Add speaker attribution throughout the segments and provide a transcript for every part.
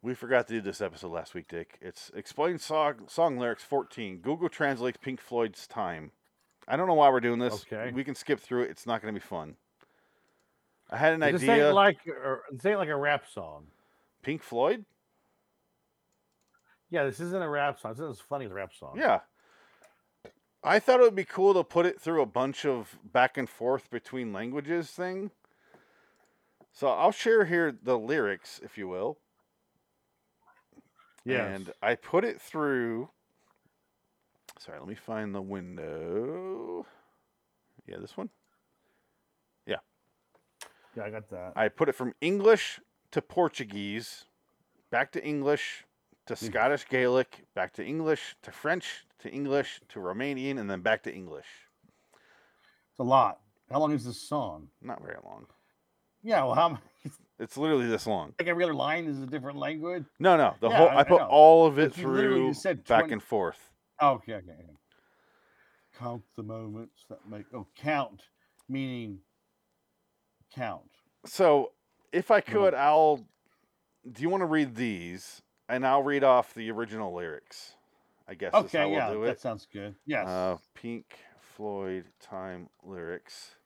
Speaker 1: We forgot to do this episode last week, Dick. It's explain song song lyrics 14. Google translates Pink Floyd's time. I don't know why we're doing this.
Speaker 2: Okay.
Speaker 1: We can skip through it. It's not going to be fun. I had an
Speaker 2: This
Speaker 1: idea.
Speaker 2: ain't like or, this ain't like a rap song.
Speaker 1: Pink Floyd?
Speaker 2: Yeah, this isn't a rap song. This isn't as funny as a rap song.
Speaker 1: Yeah. I thought it would be cool to put it through a bunch of back and forth between languages thing. So I'll share here the lyrics, if you will.
Speaker 2: Yes.
Speaker 1: And I put it through. Sorry, let me find the window. Yeah, this one.
Speaker 2: yeah, I got that.
Speaker 1: I put it from English to Portuguese, back to English to
Speaker 3: Hmm.
Speaker 1: Scottish Gaelic, back to English to French to English to Romanian, and then back to English.
Speaker 3: It's a lot. How long is this song?
Speaker 1: Not very long.
Speaker 3: Yeah, well, how,
Speaker 1: It's literally this long.
Speaker 3: like every other line is a different language.
Speaker 1: No, no. The
Speaker 3: Yeah,
Speaker 1: whole
Speaker 3: I-
Speaker 1: I
Speaker 3: I
Speaker 1: put
Speaker 3: know.
Speaker 1: all of it
Speaker 3: But you literally
Speaker 1: through
Speaker 3: just said
Speaker 1: back
Speaker 3: 20
Speaker 1: and forth.
Speaker 3: Oh, okay, okay. okay. Count the moments that make. Oh, count meaning count.
Speaker 1: So, if I
Speaker 3: Mhm.
Speaker 1: could, I'll. Do you want to read these? And I'll read off the original lyrics. I guess is how
Speaker 3: Okay,
Speaker 1: we'll
Speaker 3: yeah,
Speaker 1: do
Speaker 3: that
Speaker 1: it.
Speaker 3: sounds good. Yes.
Speaker 1: Uh, Pink Floyd time lyrics.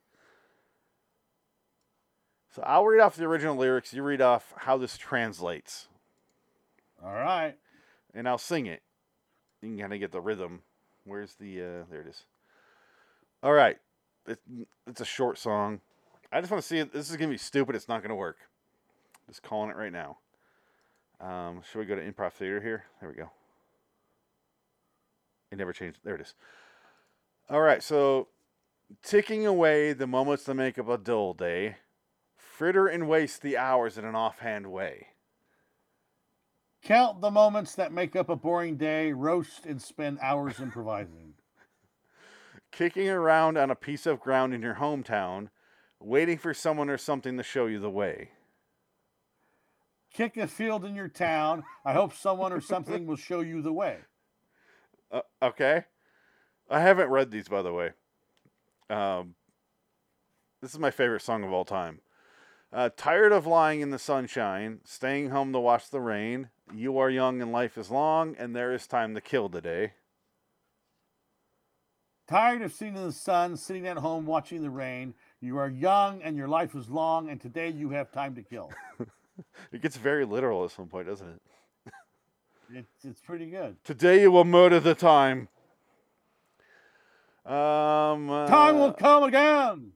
Speaker 1: So I'll read off the original lyrics. You read off how this translates,
Speaker 3: All right.
Speaker 1: and I'll sing it. You can kind of get the rhythm. Where's the? Uh, there it is. All right, it, it's a short song. I just want to see it. This is gonna be stupid. It's not gonna work. Just calling it right now. Um, should we go to improv theater here? There we go. It never changed. There it is. All right, so ticking away the moments that make up a dull day, fritter and waste the hours in an offhand way.
Speaker 3: Count the moments that make up a boring day, roast and spend hours improvising.
Speaker 1: Kicking around on a piece of ground in your hometown, waiting for someone or something to show you the way.
Speaker 3: Kick a field in your town. I hope someone or something will show you the way.
Speaker 1: Uh, okay. I haven't read these, by the way. Um, this is my favorite song of all time. Uh, tired of lying in the sunshine, staying home to watch the rain. You are young and life is long, and there is time to kill today.
Speaker 3: Tired of sitting in the sun, sitting at home watching the rain. You are young and your life is long, and today you have time to kill.
Speaker 1: It gets very literal at some point, doesn't it?
Speaker 3: It's, it's pretty good.
Speaker 1: Today you will murder the time. Um,
Speaker 3: Time
Speaker 1: uh,
Speaker 3: will come again.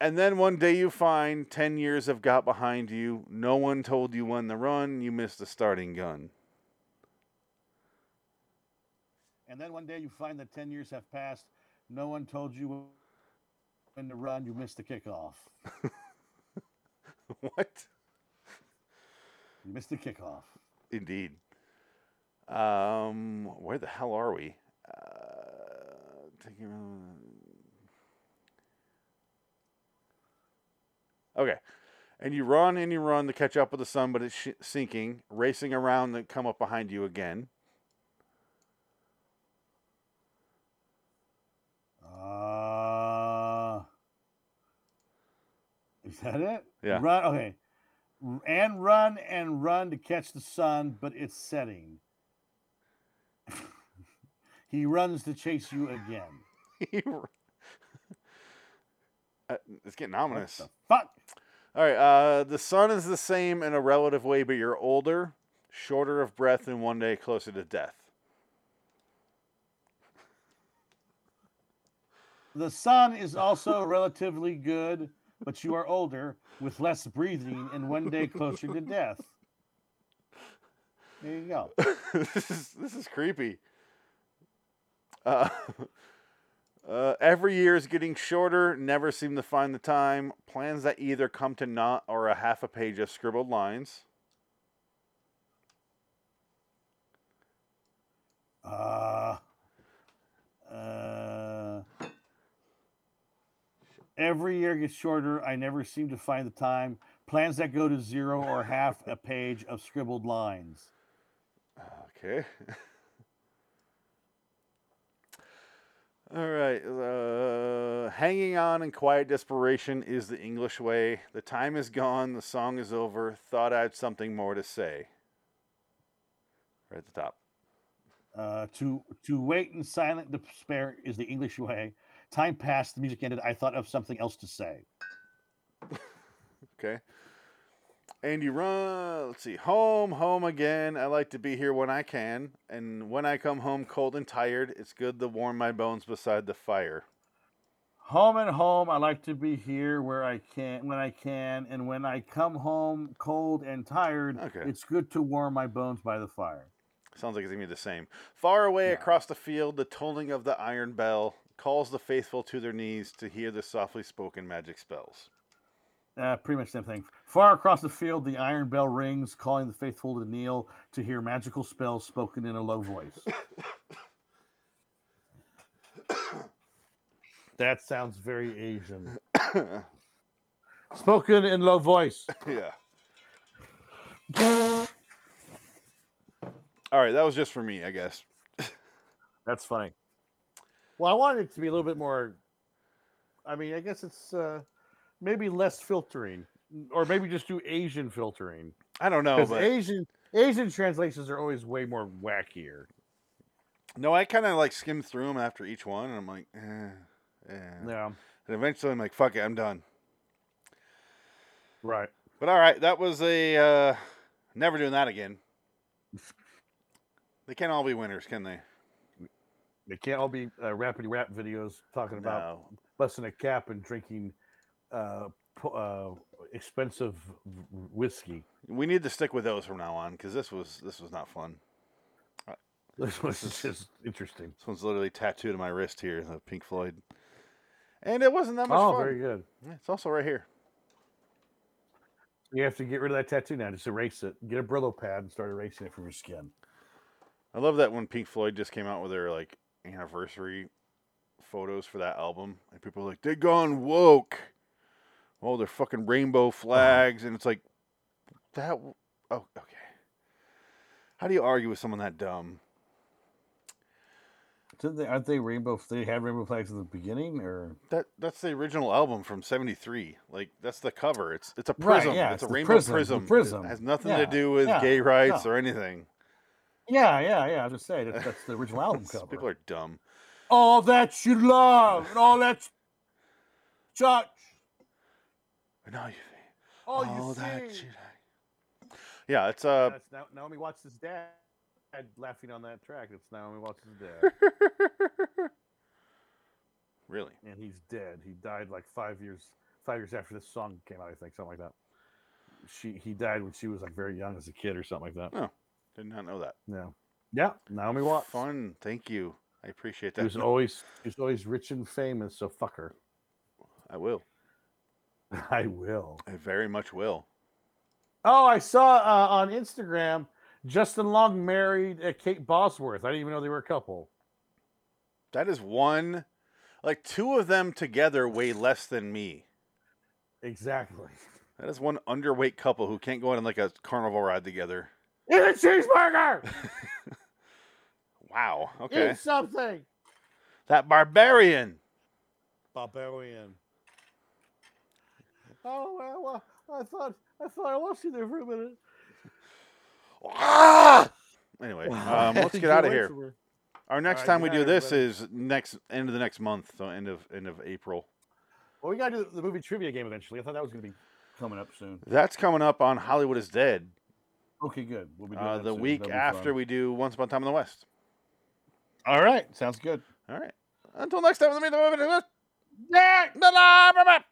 Speaker 1: And then one day you find 10 years have got behind you. No one told you when to run. You missed the starting gun.
Speaker 3: And then one day you find that 10 years have passed. No one told you when to run. You missed the kickoff.
Speaker 1: what?
Speaker 3: You missed the kickoff.
Speaker 1: Indeed. Um, where the hell are we? Uh, taking a- okay. And you run and you run to catch up with the sun, but it's sh- sinking, racing around to come up behind you again.
Speaker 3: Uh, is that it?
Speaker 1: Yeah.
Speaker 3: Run. Okay. R- And run and run to catch the sun, but it's setting. he runs to chase you again.
Speaker 1: You r- Uh, it's getting
Speaker 3: What
Speaker 1: ominous.
Speaker 3: the fuck?
Speaker 1: All right. Uh, the sun is the same in a relative way, but you're older, shorter of breath, and one day closer to death.
Speaker 3: The sun is also relatively good, but you are older, with less breathing, and one day closer to death. There you go.
Speaker 1: this is this is creepy. Uh, uh, every year is getting shorter. Never seem to find the time. Plans that either come to naught or a half a page of scribbled lines.
Speaker 3: Uh, uh, every year gets shorter. I never seem to find the time. Plans that go to zero or half a page of scribbled lines.
Speaker 1: Okay. All right. Uh, hanging on in quiet desperation is the English way. The time is gone. The song is over. Thought I'd something more to say. right at the top.
Speaker 4: Uh, to to wait in silent despair is the English way. Time passed, the music ended. I thought of something else to say.
Speaker 1: Okay. Andy Run, let's see, home, home again. I like to be here when I can. And when I come home cold and tired, it's good to warm my bones beside the fire.
Speaker 4: Home and home, I like to be here where I can, when I can, and when I come home cold and tired,
Speaker 1: Okay.
Speaker 4: it's good to warm my bones by the fire.
Speaker 1: Sounds like it's gonna be the same. Far away
Speaker 4: Yeah.
Speaker 1: across the field, the tolling of the iron bell calls the faithful to their knees to hear the softly spoken magic spells.
Speaker 4: Uh, pretty much same thing. Far across the field, the iron bell rings, calling the faithful to kneel to hear magical spells spoken in a low voice.
Speaker 3: That sounds very Asian.
Speaker 1: yeah.
Speaker 3: Spoken in low voice.
Speaker 1: All right, that was just for me, I guess.
Speaker 3: That's funny. Well, I wanted it to be a little bit more. I mean, I guess it's uh, maybe less filtering, or maybe just do Asian filtering.
Speaker 1: I don't know,
Speaker 3: Because
Speaker 1: but
Speaker 3: Asian Asian translations are always way more wackier.
Speaker 1: no, I kind of like skim through them after each one, and I'm like, eh, eh.
Speaker 3: Yeah,
Speaker 1: and eventually I'm like, fuck it, I'm done.
Speaker 3: right.
Speaker 1: But all right, that was a uh, never doing that again. They can't all be winners, can they?
Speaker 3: They can't all be uh, rapid rap videos talking about
Speaker 1: No.
Speaker 3: busting a cap and drinking uh, po- uh, expensive w- whiskey.
Speaker 1: We need to stick with those from now on because this was this was not fun.
Speaker 3: This was just interesting.
Speaker 1: This one's literally tattooed on my wrist here, the Pink Floyd, and it wasn't that much
Speaker 3: Oh,
Speaker 1: fun.
Speaker 3: very good.
Speaker 1: Yeah, It's also right here.
Speaker 3: You have to get rid of that tattoo now. Just erase it. Get a Brillo pad and start erasing it from your skin.
Speaker 1: I love that when Pink Floyd just came out with their like anniversary photos for that album, and people were like, "They gone woke." Oh, they're fucking rainbow flags, and it's like that. w- Oh, okay. How do you argue with someone that dumb?
Speaker 4: Didn't they, aren't they rainbow? They had rainbow flags at the beginning, or
Speaker 1: That that's the original album from '73. Like that's the cover. It's it's a
Speaker 4: Right,
Speaker 1: prism.
Speaker 4: yeah,
Speaker 1: it's,
Speaker 4: it's
Speaker 1: a
Speaker 4: the
Speaker 1: rainbow
Speaker 4: prism,
Speaker 1: prism.
Speaker 4: the
Speaker 1: It
Speaker 4: prism.
Speaker 1: has nothing
Speaker 4: Yeah,
Speaker 1: to do with
Speaker 4: yeah,
Speaker 1: gay rights
Speaker 4: no.
Speaker 1: or anything.
Speaker 4: yeah, yeah, yeah. I was just saying that- that's the original album cover.
Speaker 1: People are dumb.
Speaker 4: all that you love and all that you touch,
Speaker 1: No, you.
Speaker 4: all
Speaker 1: oh,
Speaker 4: you
Speaker 1: that
Speaker 4: see.
Speaker 1: shit. Yeah, it's uh.
Speaker 3: That's now Naomi Watts' dad laughing on that track. It's Naomi Watts' dad,
Speaker 1: really.
Speaker 3: and he's dead. He died like five years five years after this song came out. I think something like that. She he died when she was like very young as a kid or something like that.
Speaker 1: Did not know that.
Speaker 3: Yeah, yeah. Naomi Watts.
Speaker 1: Fun. Thank you. I appreciate
Speaker 3: She
Speaker 1: that.
Speaker 3: was always she was always rich and famous. So fuck her.
Speaker 1: I will.
Speaker 3: I will.
Speaker 1: I very much will.
Speaker 3: Oh, I saw uh, on Instagram Justin Long married uh, Kate Bosworth. I didn't even know they were a couple.
Speaker 1: That is one. Like two of them together weigh less than me.
Speaker 3: Exactly.
Speaker 1: That is one underweight couple who can't go on like a carnival ride together.
Speaker 3: It's a cheeseburger.
Speaker 1: Wow. Okay.
Speaker 3: Eat something.
Speaker 1: That barbarian.
Speaker 3: Barbarian. Oh well, well, I thought I thought I lost you there for a minute.
Speaker 1: Ah! Anyway, um, let's get out of here. Our next
Speaker 3: right,
Speaker 1: time
Speaker 3: get
Speaker 1: we
Speaker 3: outta
Speaker 1: do
Speaker 3: here,
Speaker 1: this
Speaker 3: brother.
Speaker 1: is next end of the next month, so end of end of April.
Speaker 3: Well, we gotta do the movie trivia game eventually. I thought that was gonna be
Speaker 4: Coming up soon.
Speaker 1: That's coming up on Hollywood is Dead,
Speaker 4: Okay, good. We'll be doing
Speaker 1: uh,
Speaker 4: that
Speaker 1: the
Speaker 4: soon.
Speaker 1: week
Speaker 4: That'll be
Speaker 1: after
Speaker 4: fun.
Speaker 1: we do Once Upon a Time in the West.
Speaker 4: All right, sounds good.
Speaker 1: All right. Until next time, let me do it.